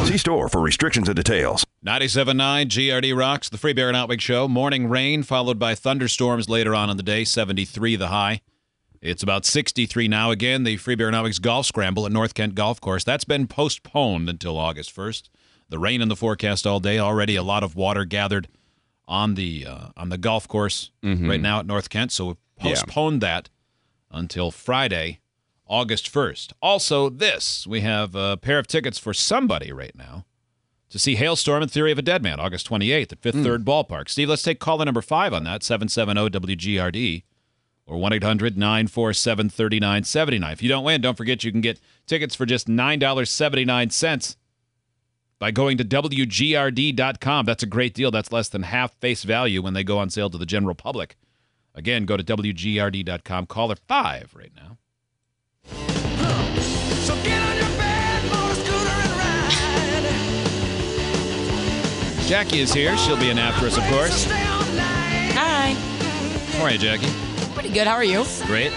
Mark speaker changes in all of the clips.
Speaker 1: See store for restrictions and details.
Speaker 2: 97.9 GRD Rocks, the Free Bear and Outwig Show. Morning rain followed by thunderstorms later on in the day, 73 the high. It's about 63 now. Again, the Free Bear and Outwig's Golf Scramble at North Kent Golf Course. That's been postponed until August 1st. The rain in the forecast all day. Already a lot of water gathered on the uh, on the golf course right now at North Kent. So we postponed that until Friday, August 1st. Also, this we have a pair of tickets for somebody right now to see Hailstorm and Theory of a Dead Man, August 28th at Fifth Third Ballpark. Steve, let's take caller number five on that, 770 WGRD or 1 800 947 3979. If you don't win, don't forget you can get tickets for just $9.79 by going to WGRD.com. That's a great deal. That's less than half face value when they go on sale to the general public. Again, go to WGRD.com. Caller five right now.
Speaker 3: So get on your bad motor scooter and ride.
Speaker 2: Jackie is here. She'll be in after us, of course.
Speaker 3: Stay online.
Speaker 4: Hi.
Speaker 2: How are you, Jackie?
Speaker 4: Pretty good. How are you?
Speaker 2: Great.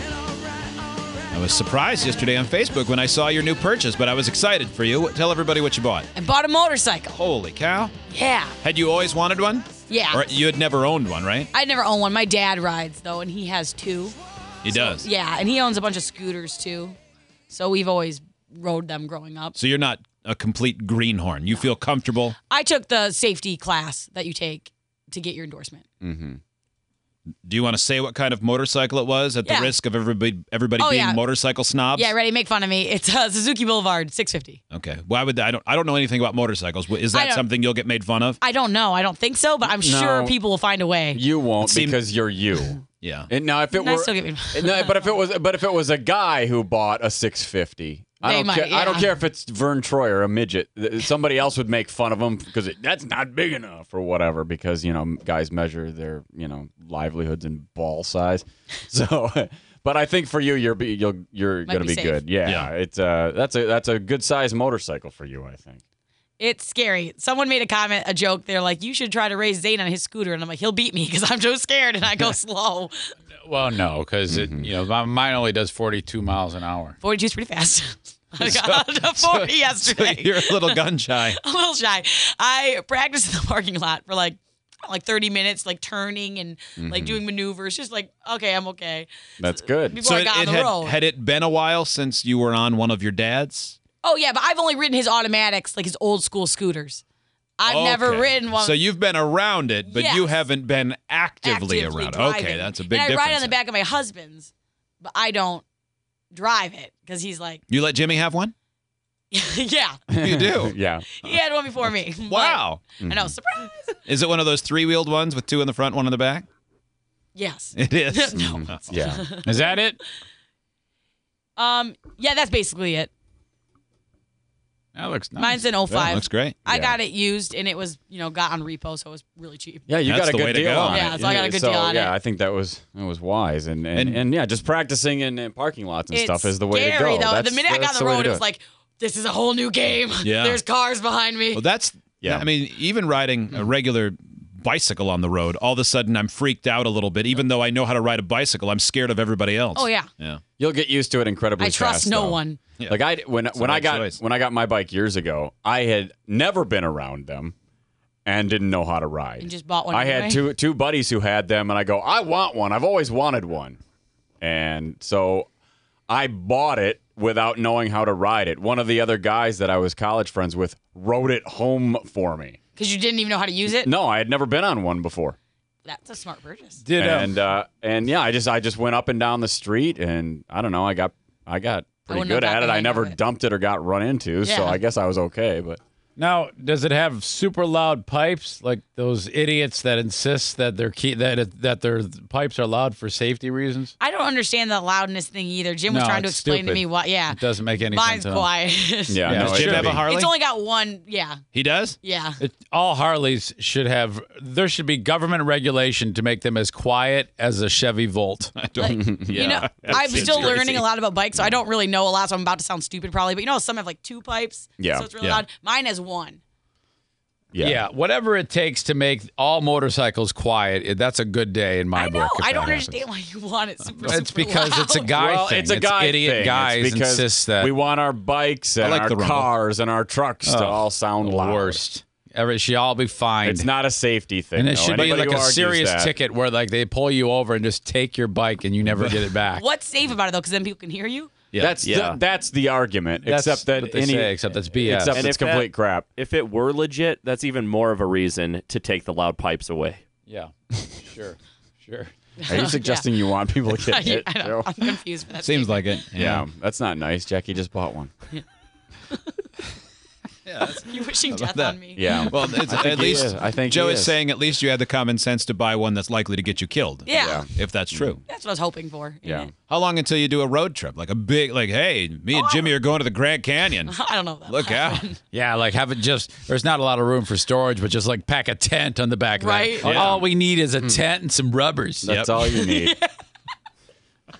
Speaker 2: I was surprised yesterday on Facebook when I saw your new purchase, but I was excited for you. Tell everybody what you bought.
Speaker 4: I bought a motorcycle.
Speaker 2: Holy cow.
Speaker 4: Yeah.
Speaker 2: Had you always wanted one?
Speaker 4: Yeah.
Speaker 2: Or you had never owned one, right?
Speaker 4: I never own one. My dad rides though, and he has two.
Speaker 2: He does.
Speaker 4: Yeah, and he owns a bunch of scooters too. So we've always rode them growing up.
Speaker 2: So you're not a complete greenhorn. You feel comfortable.
Speaker 4: I took the safety class that you take to get your endorsement.
Speaker 2: Do you want to say what kind of motorcycle it was at
Speaker 4: Yeah.
Speaker 2: the risk of everybody everybody
Speaker 4: Oh,
Speaker 2: being
Speaker 4: yeah.
Speaker 2: motorcycle snobs?
Speaker 4: Yeah, ready? Make fun of me. It's uh, Suzuki Boulevard, 650.
Speaker 2: Okay. Why would I don't I don't know anything about motorcycles. Is
Speaker 4: I
Speaker 2: that
Speaker 4: don't-
Speaker 2: something you'll get made fun of?
Speaker 4: I don't know. I don't think so, but I'm sure
Speaker 5: No.
Speaker 4: people will find a way.
Speaker 5: You won't
Speaker 2: seem-
Speaker 5: because you're you.
Speaker 2: Yeah.
Speaker 5: And now if it
Speaker 4: I
Speaker 5: were,
Speaker 4: still get me-
Speaker 5: no, but if it was, but if it was a guy who bought a 650, I
Speaker 4: They
Speaker 5: don't
Speaker 4: might,
Speaker 5: care. I don't
Speaker 4: yeah.
Speaker 5: care if it's Vern Troyer, a midget. Th- Somebody else would make fun of him because it, that's not big enough or whatever. Because you know guys measure their you know livelihoods in ball size. So, but I think for you, you're be, you'll, you're
Speaker 4: Might
Speaker 5: gonna
Speaker 4: be
Speaker 5: be,
Speaker 4: safe.
Speaker 5: good. Yeah,
Speaker 2: Yeah.
Speaker 5: it's uh that's a that's a good size motorcycle for you. I think.
Speaker 4: It's scary. Someone made a comment, a joke. They're like, "You should try to race Zane on his scooter," and I'm like, "He'll beat me because I'm so scared and I go slow."
Speaker 6: Well, no, because it you know my, mine only does 42 miles an hour.
Speaker 4: 42 is pretty fast. I got up to 40 yesterday.
Speaker 2: You're a little gun shy.
Speaker 4: a little shy. I practiced in the parking lot for like like 30 minutes, like turning and
Speaker 2: Mm-hmm.
Speaker 4: like doing maneuvers. Just like, okay, I'm okay.
Speaker 5: That's good.
Speaker 4: Before I got on the
Speaker 2: had,
Speaker 4: road.
Speaker 2: had it been a while since you were on one of your dad's?
Speaker 4: oh yeah, but I've only ridden his automatics, like his old school scooters. I've never
Speaker 2: Okay.
Speaker 4: ridden one.
Speaker 2: So you've been around it, but you
Speaker 4: Yes.
Speaker 2: haven't been actively,
Speaker 4: actively
Speaker 2: around. it.
Speaker 4: driving.
Speaker 2: Okay, that's a big
Speaker 4: And I
Speaker 2: difference.
Speaker 4: ride on the
Speaker 2: then.
Speaker 4: back of my husband's, but I don't drive it because he's like,
Speaker 2: You let Jimmy have one?
Speaker 4: yeah,
Speaker 2: You do.
Speaker 5: Yeah.
Speaker 4: he had one before me. But
Speaker 2: Wow. Mm-hmm.
Speaker 4: I know, surprise.
Speaker 2: Is it one of those three-wheeled ones with two in the front, one in the back?
Speaker 4: Yes.
Speaker 2: It is. Mm. no.
Speaker 5: Yeah.
Speaker 6: Is that it?
Speaker 4: Um. Yeah, that's basically it.
Speaker 6: That looks nice.
Speaker 4: Mine's an 05.
Speaker 2: looks great.
Speaker 4: I
Speaker 5: Yeah.
Speaker 4: got it used and it was, you know, got on repo, so it was really cheap.
Speaker 5: Yeah, you
Speaker 2: That's
Speaker 5: got a
Speaker 2: the
Speaker 5: good
Speaker 2: way to
Speaker 5: deal
Speaker 2: go.
Speaker 5: on
Speaker 4: Yeah,
Speaker 5: it.
Speaker 4: so I got a good deal on
Speaker 5: yeah,
Speaker 4: it.
Speaker 5: I think that was that was wise, and and,
Speaker 2: And-
Speaker 5: and, yeah, just practicing in, in parking lots and stuff
Speaker 4: It's
Speaker 5: is the way to
Speaker 4: scary,
Speaker 5: go.
Speaker 4: Though.
Speaker 5: That's-
Speaker 4: the minute I got
Speaker 5: that's
Speaker 4: on the
Speaker 5: way to
Speaker 4: road,
Speaker 5: do
Speaker 4: it was like, this is a whole new game.
Speaker 2: Yeah.
Speaker 4: There's cars behind me.
Speaker 2: Well, that's yeah.
Speaker 5: Yeah.
Speaker 2: I mean, even riding a regular bicycle on the road, all of a sudden I'm freaked out a little bit. Even though I know how to ride a bicycle, I'm scared of everybody else.
Speaker 4: oh, yeah.
Speaker 2: Yeah.
Speaker 5: you'll get used to it incredibly.
Speaker 4: I trust
Speaker 5: fast,
Speaker 4: no
Speaker 5: though.
Speaker 4: one.
Speaker 2: Yeah.
Speaker 5: Like I when when
Speaker 2: a
Speaker 5: I
Speaker 2: bad
Speaker 5: got
Speaker 2: choice.
Speaker 5: when I got my bike years ago, I had never been around them, and didn't know how to ride.
Speaker 4: And just bought one
Speaker 5: I had
Speaker 4: anyway.
Speaker 5: two two buddies who had them, and I go, I want one. I've always wanted one, and so I bought it without knowing how to ride it. One of the other guys that I was college friends with rode it home for me.
Speaker 4: Because you didn't even know how to use it.
Speaker 5: No, I had never been on one before.
Speaker 4: That's a smart purchase.
Speaker 2: Did
Speaker 5: And uh, and yeah, I just I just went up and down the street, and I don't know, I got I got pretty
Speaker 4: wouldn't have
Speaker 5: good
Speaker 4: got
Speaker 5: at
Speaker 4: the
Speaker 5: it. I
Speaker 4: hang
Speaker 5: never
Speaker 4: of it.
Speaker 5: dumped it or got run into, so
Speaker 4: Yeah.
Speaker 5: I guess I was okay. But
Speaker 6: now, does it have super loud pipes like those idiots that insist that their key that it, that their pipes are loud for safety reasons?
Speaker 4: I don't understand the loudness thing either. Jim was
Speaker 6: No,
Speaker 4: trying to
Speaker 6: it's
Speaker 4: explain to
Speaker 6: stupid.
Speaker 4: me why. Yeah.
Speaker 6: It doesn't make any
Speaker 4: Mine's
Speaker 6: sense. at all.
Speaker 4: quiet.
Speaker 5: yeah,
Speaker 6: Yeah,
Speaker 5: no,
Speaker 2: does
Speaker 5: it
Speaker 2: Jim
Speaker 5: should
Speaker 2: have a
Speaker 5: be.
Speaker 2: Harley?
Speaker 4: It's only got one. Yeah.
Speaker 2: he does.
Speaker 4: Yeah.
Speaker 6: It, all Harleys should have. There should be government regulation to make them as quiet as a Chevy Volt.
Speaker 4: You know, I'm still learning a lot about bikes, so I don't really know a lot, so I'm about to sound stupid probably. But you know, how some have like two pipes.
Speaker 5: Yeah.
Speaker 4: So it's really
Speaker 2: Yeah.
Speaker 4: loud. Mine has one.
Speaker 5: Yeah.
Speaker 6: whatever it takes to make all motorcycles quiet, it- that's a good day in
Speaker 4: I
Speaker 6: my
Speaker 4: know.
Speaker 6: book. if
Speaker 4: I
Speaker 6: that
Speaker 4: don't
Speaker 6: happens.
Speaker 4: understand why you want it super,
Speaker 6: It's
Speaker 4: super
Speaker 6: because it's a
Speaker 4: loud.
Speaker 6: guy
Speaker 5: well,
Speaker 6: thing.
Speaker 5: it's a guy
Speaker 6: idiot
Speaker 5: thing. It's
Speaker 6: guys
Speaker 5: because
Speaker 6: insist that
Speaker 5: we want our bikes and
Speaker 2: like
Speaker 5: our
Speaker 2: the rumble.
Speaker 5: cars and our trucks to all sound
Speaker 6: Oh, the
Speaker 5: loud.
Speaker 6: worst. Every, she all be fine.
Speaker 5: It's not a safety thing.
Speaker 6: and it
Speaker 5: though.
Speaker 6: should be
Speaker 5: Anybody
Speaker 6: like
Speaker 5: who
Speaker 6: a
Speaker 5: argues
Speaker 6: serious
Speaker 5: that-
Speaker 6: ticket where like they pull you over and just take your bike and you never get it back.
Speaker 4: What's safe about it though? Because then people can hear you.
Speaker 2: Yeah.
Speaker 5: That's
Speaker 7: Yeah.
Speaker 5: The, that's the argument.
Speaker 6: That's
Speaker 5: except that
Speaker 6: what they
Speaker 5: any
Speaker 6: say, except that's BS.
Speaker 5: except
Speaker 7: And
Speaker 5: it's
Speaker 7: if that-
Speaker 5: complete crap.
Speaker 7: If it were legit, that's even more of a reason to take the loud pipes away.
Speaker 6: yeah, sure, sure.
Speaker 5: Are you suggesting you want people to get
Speaker 4: I,
Speaker 5: hit?
Speaker 4: I know.
Speaker 5: Joe?
Speaker 4: I'm confused. But that's
Speaker 2: Seems like it.
Speaker 5: Yeah, that's not nice. Jackie just bought one.
Speaker 4: you're wishing death
Speaker 2: that?
Speaker 4: on me.
Speaker 5: Yeah.
Speaker 2: Well, it's, at
Speaker 5: he
Speaker 2: least
Speaker 5: is. I think
Speaker 2: Joe
Speaker 5: he
Speaker 2: is.
Speaker 5: is.
Speaker 2: saying at least you had the common sense to buy one that's likely to get you killed.
Speaker 4: Yeah. Yeah.
Speaker 2: If that's true.
Speaker 4: That's what I was hoping for.
Speaker 5: Yeah.
Speaker 2: How long until you do a road trip? Like a big, like, hey, me
Speaker 6: Oh.
Speaker 4: Oh,
Speaker 2: and Jimmy are going to the Grand Canyon.
Speaker 4: I don't know. That
Speaker 2: Look out.
Speaker 6: Yeah, like have it just. There's not a lot of room for storage, but just like pack a tent on the back.
Speaker 4: Right.
Speaker 6: Of that. All we need is a tent and some rubbers.
Speaker 5: Hmm. That's
Speaker 2: Yep.
Speaker 5: all you need.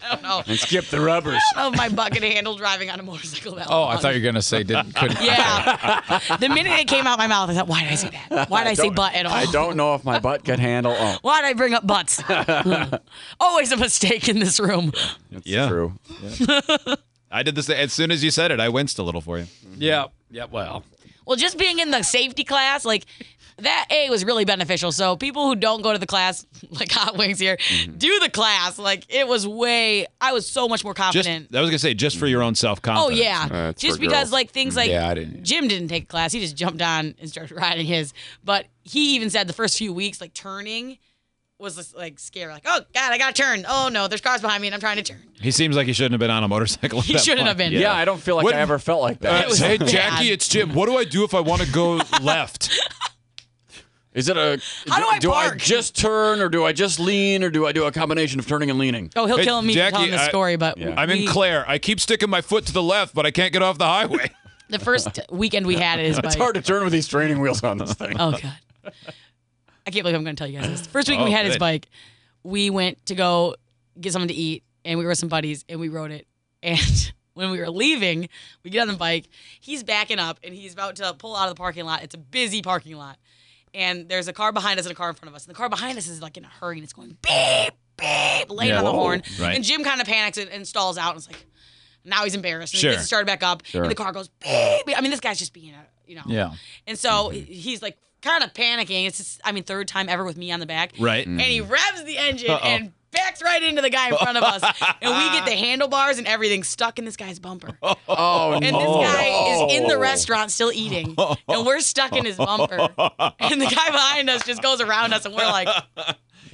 Speaker 4: I don't know.
Speaker 5: And skip the rubbers.
Speaker 4: of my bucket handle driving on a motorcycle. That
Speaker 6: Oh,
Speaker 4: long.
Speaker 2: Uh,
Speaker 6: I thought you were gonna say didn't couldn't.
Speaker 4: Yeah. the minute it came out my mouth, I thought, why did I say that? Why did I, say butt at all?
Speaker 5: I don't know if my butt could handle. Oh,
Speaker 4: Why did I bring up butts? Always a mistake in this room.
Speaker 5: that's
Speaker 2: Yeah.
Speaker 5: true.
Speaker 2: I did this as soon as you said it. I winced a little for you.
Speaker 6: Yeah. Yeah. Well.
Speaker 4: Well, just being in the safety class, like that A was really beneficial. So people who don't go to the class, like Hot Wings here, do the class. Like it was way I was so much more
Speaker 2: Just
Speaker 4: confident.
Speaker 2: I was gonna say just for your own self
Speaker 4: Oh
Speaker 2: confidence.
Speaker 4: yeah,
Speaker 5: it's
Speaker 4: just
Speaker 5: for
Speaker 4: because
Speaker 5: girls.
Speaker 4: like things like
Speaker 6: Yeah, I didn't-
Speaker 4: Jim didn't take a class; he just jumped on and started riding his. But he even said the first few weeks, like turning, was just, like scary. Like, oh god, I got to turn. Oh no, there's cars behind me, and I'm trying to turn.
Speaker 2: He seems like he shouldn't have been on a motorcycle. at
Speaker 4: He
Speaker 2: that
Speaker 4: shouldn't
Speaker 2: point.
Speaker 4: have been.
Speaker 5: Yeah. I don't feel like
Speaker 2: What-
Speaker 5: I ever felt like that.
Speaker 4: It was
Speaker 2: hey
Speaker 4: bad.
Speaker 2: Uh, Jackie, it's Jim. What do I do if I want to go left?
Speaker 5: Is it a?
Speaker 4: How do I park?
Speaker 5: just turn or do I just lean or do I do a combination of turning and leaning?
Speaker 4: Oh, he'll
Speaker 2: Hey,
Speaker 4: kill me for
Speaker 2: Jackie,
Speaker 4: telling this
Speaker 2: I-
Speaker 4: story. But
Speaker 5: Yeah.
Speaker 2: I'm in
Speaker 4: we-
Speaker 2: Claire. I keep sticking my foot to the left, but I can't get off the highway.
Speaker 4: the first weekend we had it is
Speaker 5: It's
Speaker 4: bike.
Speaker 5: hard to turn with these training wheels on this thing.
Speaker 4: Oh god, I can't believe I'm going to tell you guys this. The First week we
Speaker 2: Oh,
Speaker 4: had his
Speaker 2: good.
Speaker 4: bike, we went to go get something to eat, and we were with some buddies, and we rode it. And when we were leaving, we get on the bike. He's backing up, and he's about to pull out of the parking lot. It's a busy parking lot, and there's a car behind us and a car in front of us. And the car behind us is like in a hurry, and it's going beep beep, laying
Speaker 6: Yeah.
Speaker 4: on the
Speaker 6: Whoa.
Speaker 4: horn.
Speaker 2: Right.
Speaker 4: And Jim kind of panics and, and stalls out, and it's like. Now he's embarrassed. And
Speaker 2: Sure.
Speaker 4: He gets started back up, and the car goes. Beep, beep. I mean, this guy's just being a, you know.
Speaker 6: Yeah.
Speaker 4: And so he's like kind of panicking. It's just, I mean, third time ever with me on the back.
Speaker 2: Right.
Speaker 4: And he revs the engine and backs right into the guy in front of us. and we get the handlebars and everything stuck in this guy's bumper.
Speaker 5: Oh,
Speaker 4: And this guy is in the restaurant still eating. And we're stuck in his bumper. And the guy behind us just goes around us and we're like,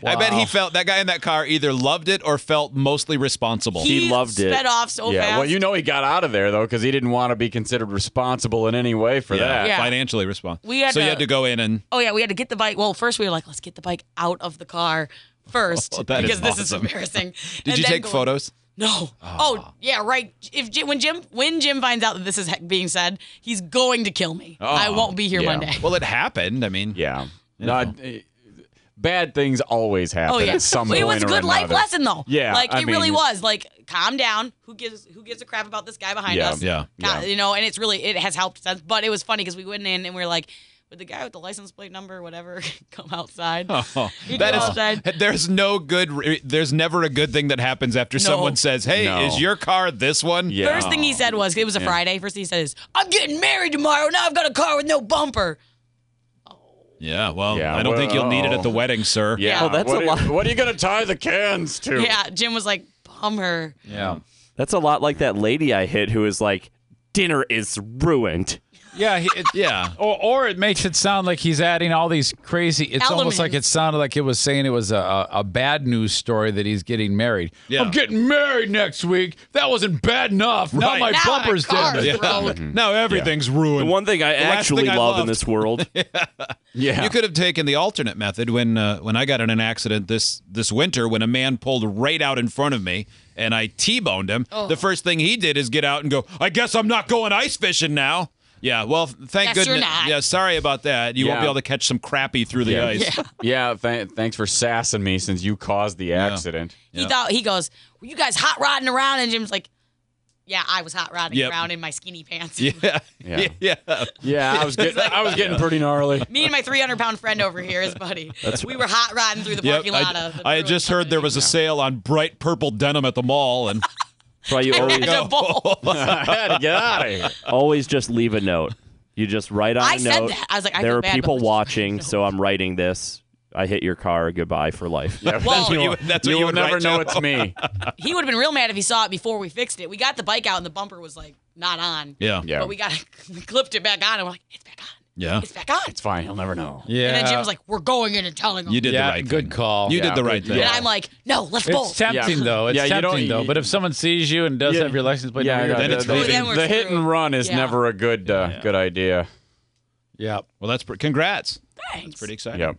Speaker 2: I bet he felt that guy in that car either loved it or felt mostly responsible.
Speaker 4: he,
Speaker 7: loved it.
Speaker 4: sped off so
Speaker 5: yeah,
Speaker 4: fast.
Speaker 5: well, you know he got out of there though because he didn't want to be considered responsible in any way for that.
Speaker 4: Yeah.
Speaker 2: financially responsible.
Speaker 4: We had
Speaker 2: so you
Speaker 4: to-
Speaker 2: had to go in and
Speaker 4: oh yeah, we had to get the bike. Well, first we were like, let's get the bike out out of the car first
Speaker 2: Oh, that is
Speaker 4: because this
Speaker 2: awesome.
Speaker 4: is embarrassing.
Speaker 2: did
Speaker 4: And
Speaker 2: you
Speaker 4: then
Speaker 2: take
Speaker 4: go-
Speaker 2: photos? Ah.
Speaker 4: No. Oh, yeah, right. If Jim, when Jim when Jim finds out that this is he- being said, he's going to kill me. I won't be here
Speaker 5: yeah.
Speaker 4: Monday.
Speaker 2: Ah. Well, it happened. I mean,
Speaker 5: Yeah. Not, eh, bad things always happen
Speaker 4: Oh yeah.
Speaker 5: at some point
Speaker 4: it was a
Speaker 5: or
Speaker 4: good life
Speaker 5: another.
Speaker 4: lesson though.
Speaker 5: Yeah,
Speaker 4: Like
Speaker 5: I
Speaker 4: it really
Speaker 5: mean-
Speaker 4: was. Like calm down. Who gives who gives a crap about this guy behind
Speaker 5: Yeah,
Speaker 4: us?
Speaker 2: yeah,
Speaker 4: Ca-
Speaker 5: yeah.
Speaker 4: You know, and it's really it has helped since. But it was funny because we went in and we are like, would the guy with the license plate number, whatever, come outside?
Speaker 2: Oh,
Speaker 4: You
Speaker 2: that
Speaker 4: go
Speaker 2: is.
Speaker 4: outside.
Speaker 2: There's no good. Re- there's never a good thing that happens after someone says, "Hey,
Speaker 5: No.
Speaker 2: is your car this one?"
Speaker 5: Yeah.
Speaker 4: First thing he
Speaker 2: Oh.
Speaker 4: said was it was a Friday. First thing he said is, I'm getting married tomorrow. Now I've got a car with no bumper.
Speaker 2: Yeah. Well,
Speaker 5: Yeah,
Speaker 2: I don't think you'll need it
Speaker 5: well.
Speaker 2: at the wedding, sir.
Speaker 5: Yeah,
Speaker 4: Oh,
Speaker 7: that's
Speaker 5: what
Speaker 7: a
Speaker 5: are,
Speaker 7: lot.
Speaker 5: What are you gonna tie the cans to?
Speaker 4: Yeah, Jim was like, bummer.
Speaker 6: Yeah.
Speaker 7: That's a lot like that lady I hit who was like, dinner is ruined.
Speaker 6: Yeah. He, it,
Speaker 2: Yeah.
Speaker 6: Or, or it makes it sound like he's adding all these crazy. It's almost like it
Speaker 4: Elements.
Speaker 6: sounded like it was saying it was a, a, a bad news story that he's getting married.
Speaker 2: Yeah.
Speaker 6: I'm getting married next week. That wasn't bad enough. Now
Speaker 2: Right.
Speaker 6: my
Speaker 4: Now my
Speaker 6: bumper's
Speaker 4: car's
Speaker 6: damaged.
Speaker 2: Yeah. Now everything's
Speaker 7: The
Speaker 2: ruined.
Speaker 7: one thing I
Speaker 2: last
Speaker 7: actually
Speaker 2: thing I
Speaker 7: love in
Speaker 2: loved.
Speaker 7: this world.
Speaker 5: yeah.
Speaker 2: You could have taken the alternate method when uh, when I got in an accident this this winter when a man pulled right out in front of me and I T-boned him.
Speaker 4: Oh.
Speaker 2: The first thing he did is get out and go, "I guess I'm not going ice fishing now." Yeah, well, f- thank
Speaker 4: Guess you're
Speaker 2: goodness.
Speaker 4: not.
Speaker 2: Yeah, sorry about that. You won't
Speaker 5: Yeah.
Speaker 2: be able to catch some crappie through the
Speaker 5: Yeah.
Speaker 2: ice.
Speaker 5: yeah. Th- thanks for sassing me since you caused the accident.
Speaker 4: He thought he goes, "Were you guys hot rodding around?" And Jim's like, yeah, I was hot rodding
Speaker 2: Yep.
Speaker 4: around in my skinny pants.
Speaker 2: Yeah.
Speaker 5: Yeah.
Speaker 2: yeah.
Speaker 5: Yeah, I was getting, I was getting pretty gnarly.
Speaker 4: Me and my 300 pound friend over here, his buddy. we were hot rodding through the
Speaker 2: Yep,
Speaker 4: parking lot
Speaker 2: I,
Speaker 4: of. The
Speaker 2: I had just heard there was a sale on bright purple denim at the mall, and
Speaker 7: That's why you always
Speaker 4: a bowl.
Speaker 5: I had to get out of here.
Speaker 7: always just leave a note. You just write on
Speaker 4: I
Speaker 7: a
Speaker 4: said
Speaker 7: note.
Speaker 4: that. I was like, I
Speaker 7: there
Speaker 4: feel
Speaker 7: are
Speaker 4: bad, but
Speaker 7: people
Speaker 4: let's just-
Speaker 7: watching, so I'm writing this. I hit your car. Goodbye for life. Yeah.
Speaker 2: that's
Speaker 4: Well,
Speaker 2: what you, that's what
Speaker 5: you
Speaker 2: you
Speaker 5: will
Speaker 2: would
Speaker 5: never
Speaker 2: write
Speaker 5: know
Speaker 2: to.
Speaker 5: it's me.
Speaker 4: he would have been real mad if he saw it before we fixed it. We got the bike out and the bumper was like not on.
Speaker 2: Yeah.
Speaker 5: Yeah.
Speaker 4: But we got we clipped it back on and we're like, it's back on.
Speaker 2: Yeah.
Speaker 4: It's back on.
Speaker 5: It's fine. He'll never know.
Speaker 6: Yeah.
Speaker 4: And then Jim was like, we're going in and telling him.
Speaker 2: You did
Speaker 6: Yeah,
Speaker 2: the right
Speaker 6: good
Speaker 2: thing.
Speaker 6: call.
Speaker 2: You
Speaker 5: Yeah,
Speaker 2: did the
Speaker 5: good-
Speaker 2: right thing.
Speaker 4: And I'm like, no, let's bolt.
Speaker 6: It's tempting though. It's
Speaker 5: Yeah, you don't-
Speaker 6: tempting though.
Speaker 5: you-
Speaker 6: But if someone sees you and does
Speaker 5: Yeah.
Speaker 6: have your license plate,
Speaker 5: Yeah,
Speaker 6: number,
Speaker 5: no,
Speaker 2: Then
Speaker 5: the,
Speaker 2: it's
Speaker 5: the-
Speaker 2: leaving.
Speaker 4: Then we're
Speaker 5: the hit
Speaker 4: screwed.
Speaker 5: and run is
Speaker 4: Yeah.
Speaker 5: never a good uh, good idea.
Speaker 6: yeah.
Speaker 2: well, that's pre- congrats.
Speaker 4: Thanks.
Speaker 2: Pretty exciting.
Speaker 5: Yep.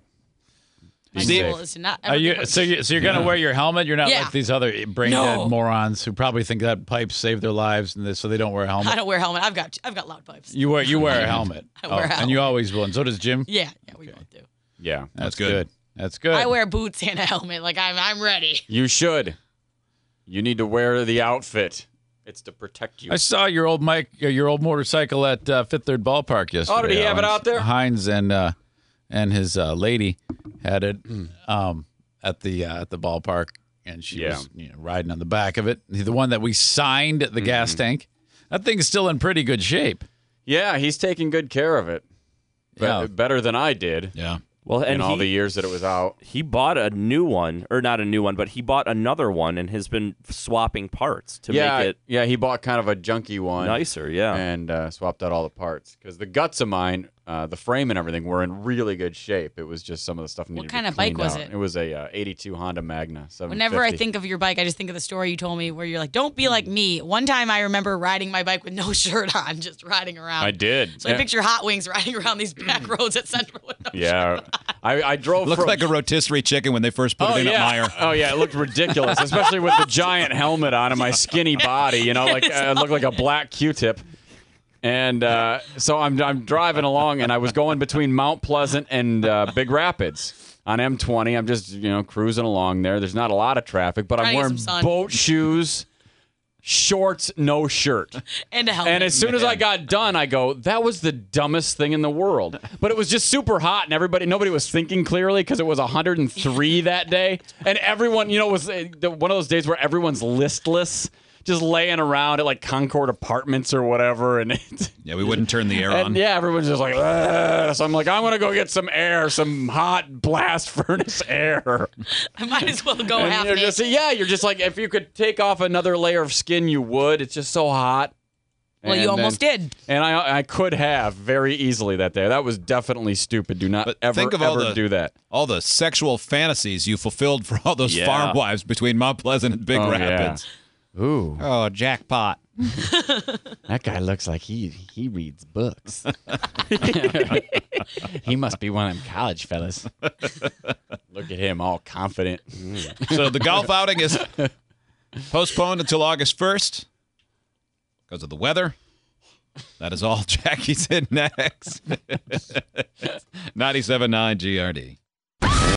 Speaker 4: My
Speaker 5: Steve-
Speaker 4: goal is to not ever
Speaker 6: Are
Speaker 4: do
Speaker 6: you
Speaker 4: it.
Speaker 6: so you so you're gonna wear your helmet? You're not
Speaker 4: Yeah.
Speaker 6: like these other brain
Speaker 4: No.
Speaker 6: dead morons who probably think that pipes save their lives and this, so they don't wear a
Speaker 4: I
Speaker 6: helmet.
Speaker 4: don't wear helmet. I've got I've got loud pipes.
Speaker 6: You wear you wear a helmet. Oh,
Speaker 4: I wear a
Speaker 6: and you always will. And so does Jim.
Speaker 4: yeah, yeah, we both do.
Speaker 5: Yeah.
Speaker 2: That's good.
Speaker 6: That's good.
Speaker 4: I wear boots and a helmet. Like I'm I'm ready.
Speaker 5: You should. You need to wear the outfit. It's to protect you.
Speaker 6: I saw your old Mike, uh, your old motorcycle at uh, Fifth Third Ballpark yesterday.
Speaker 5: Oh, did he have it
Speaker 6: Owens.
Speaker 5: out there?
Speaker 6: Hines and uh, and his uh, lady had it
Speaker 5: Hmm.
Speaker 6: um, at the uh, at the ballpark, and she
Speaker 5: Yeah.
Speaker 6: was you know, riding on the back of it. The one that we signed
Speaker 5: Mm-hmm.
Speaker 6: at the gas tank. That thing's still in pretty good shape.
Speaker 5: Yeah, he's taking good care of it. Be-
Speaker 6: Yeah.
Speaker 5: Better than I did
Speaker 2: Yeah.
Speaker 7: Well,
Speaker 5: in
Speaker 7: and
Speaker 5: all
Speaker 7: he,
Speaker 5: the years that it was out.
Speaker 7: he bought a new one, or not a new one, but he bought another one and has been swapping parts to
Speaker 5: yeah,
Speaker 7: make it
Speaker 5: yeah, he bought kind of a junky one.
Speaker 7: nicer. Yeah.
Speaker 5: and uh, swapped out all the parts because the guts of mine, uh, the frame and everything, were in really good shape. It was just some of the stuff needed. to be
Speaker 4: kind of bike
Speaker 5: cleaned
Speaker 4: was
Speaker 5: out.
Speaker 4: it?
Speaker 5: It was a uh, '82 Honda Magna. 750.
Speaker 4: Whenever I think of your bike, I just think of the story you told me where you're like, don't be like me. One time I remember riding my bike with no shirt on, just riding around.
Speaker 5: I did.
Speaker 4: So I
Speaker 5: Yeah.
Speaker 4: picture Hot Wings riding around these back roads at Central. with no shirt.
Speaker 5: Yeah, I, I drove.
Speaker 2: Looks
Speaker 5: from,
Speaker 2: like a rotisserie chicken when they first put
Speaker 5: Oh
Speaker 2: it in
Speaker 5: yeah.
Speaker 2: at Meyer.
Speaker 5: oh yeah, it looked ridiculous, especially with the giant helmet on and my skinny body. You know, like I looked like a black Q-tip. And uh, so I'm I'm driving along, and I was going between Mount Pleasant and uh, Big Rapids on M20. I'm just you know cruising along there. There's not a lot of traffic, but
Speaker 4: Trying
Speaker 5: I'm
Speaker 4: to get
Speaker 5: wearing
Speaker 4: some sun.
Speaker 5: boat shoes, shorts, no shirt.
Speaker 4: And a helmet.
Speaker 5: And as soon as I got done, I go, that was the dumbest thing in the world. But it was just super hot, and everybody, nobody was thinking clearly because it was 103 that day, and everyone, you know, was uh, the- one of those days where everyone's listless, just laying around at like Concord Apartments or whatever, and. It,
Speaker 2: Yeah, we wouldn't turn the air on.
Speaker 5: and yeah, everyone's just like, "Ugh." so I'm like, I'm gonna go get some air, some hot blast furnace air.
Speaker 4: I might as well go
Speaker 5: And
Speaker 4: half
Speaker 5: you're
Speaker 4: naked.
Speaker 5: just, yeah, you're just like, if you could take off another layer of skin, you would. It's just so hot.
Speaker 4: well, you
Speaker 5: And then-
Speaker 4: almost did.
Speaker 5: and I I could have very easily that day. That was definitely stupid. Do not
Speaker 2: But
Speaker 5: ever
Speaker 2: think of all
Speaker 5: ever
Speaker 2: the-
Speaker 5: do that.
Speaker 2: All the sexual fantasies you fulfilled for all those
Speaker 7: Yeah.
Speaker 2: farm wives between Mount Pleasant and Big
Speaker 5: Oh, yeah.
Speaker 2: Rapids.
Speaker 5: Ooh,
Speaker 2: Oh, jackpot.
Speaker 5: that guy looks like he he reads books. he must be one of them college fellas. Look at him, all confident.
Speaker 2: So the golf outing is postponed until August 1st because of the weather. That is all Jackie's in next. 97.9 GRD.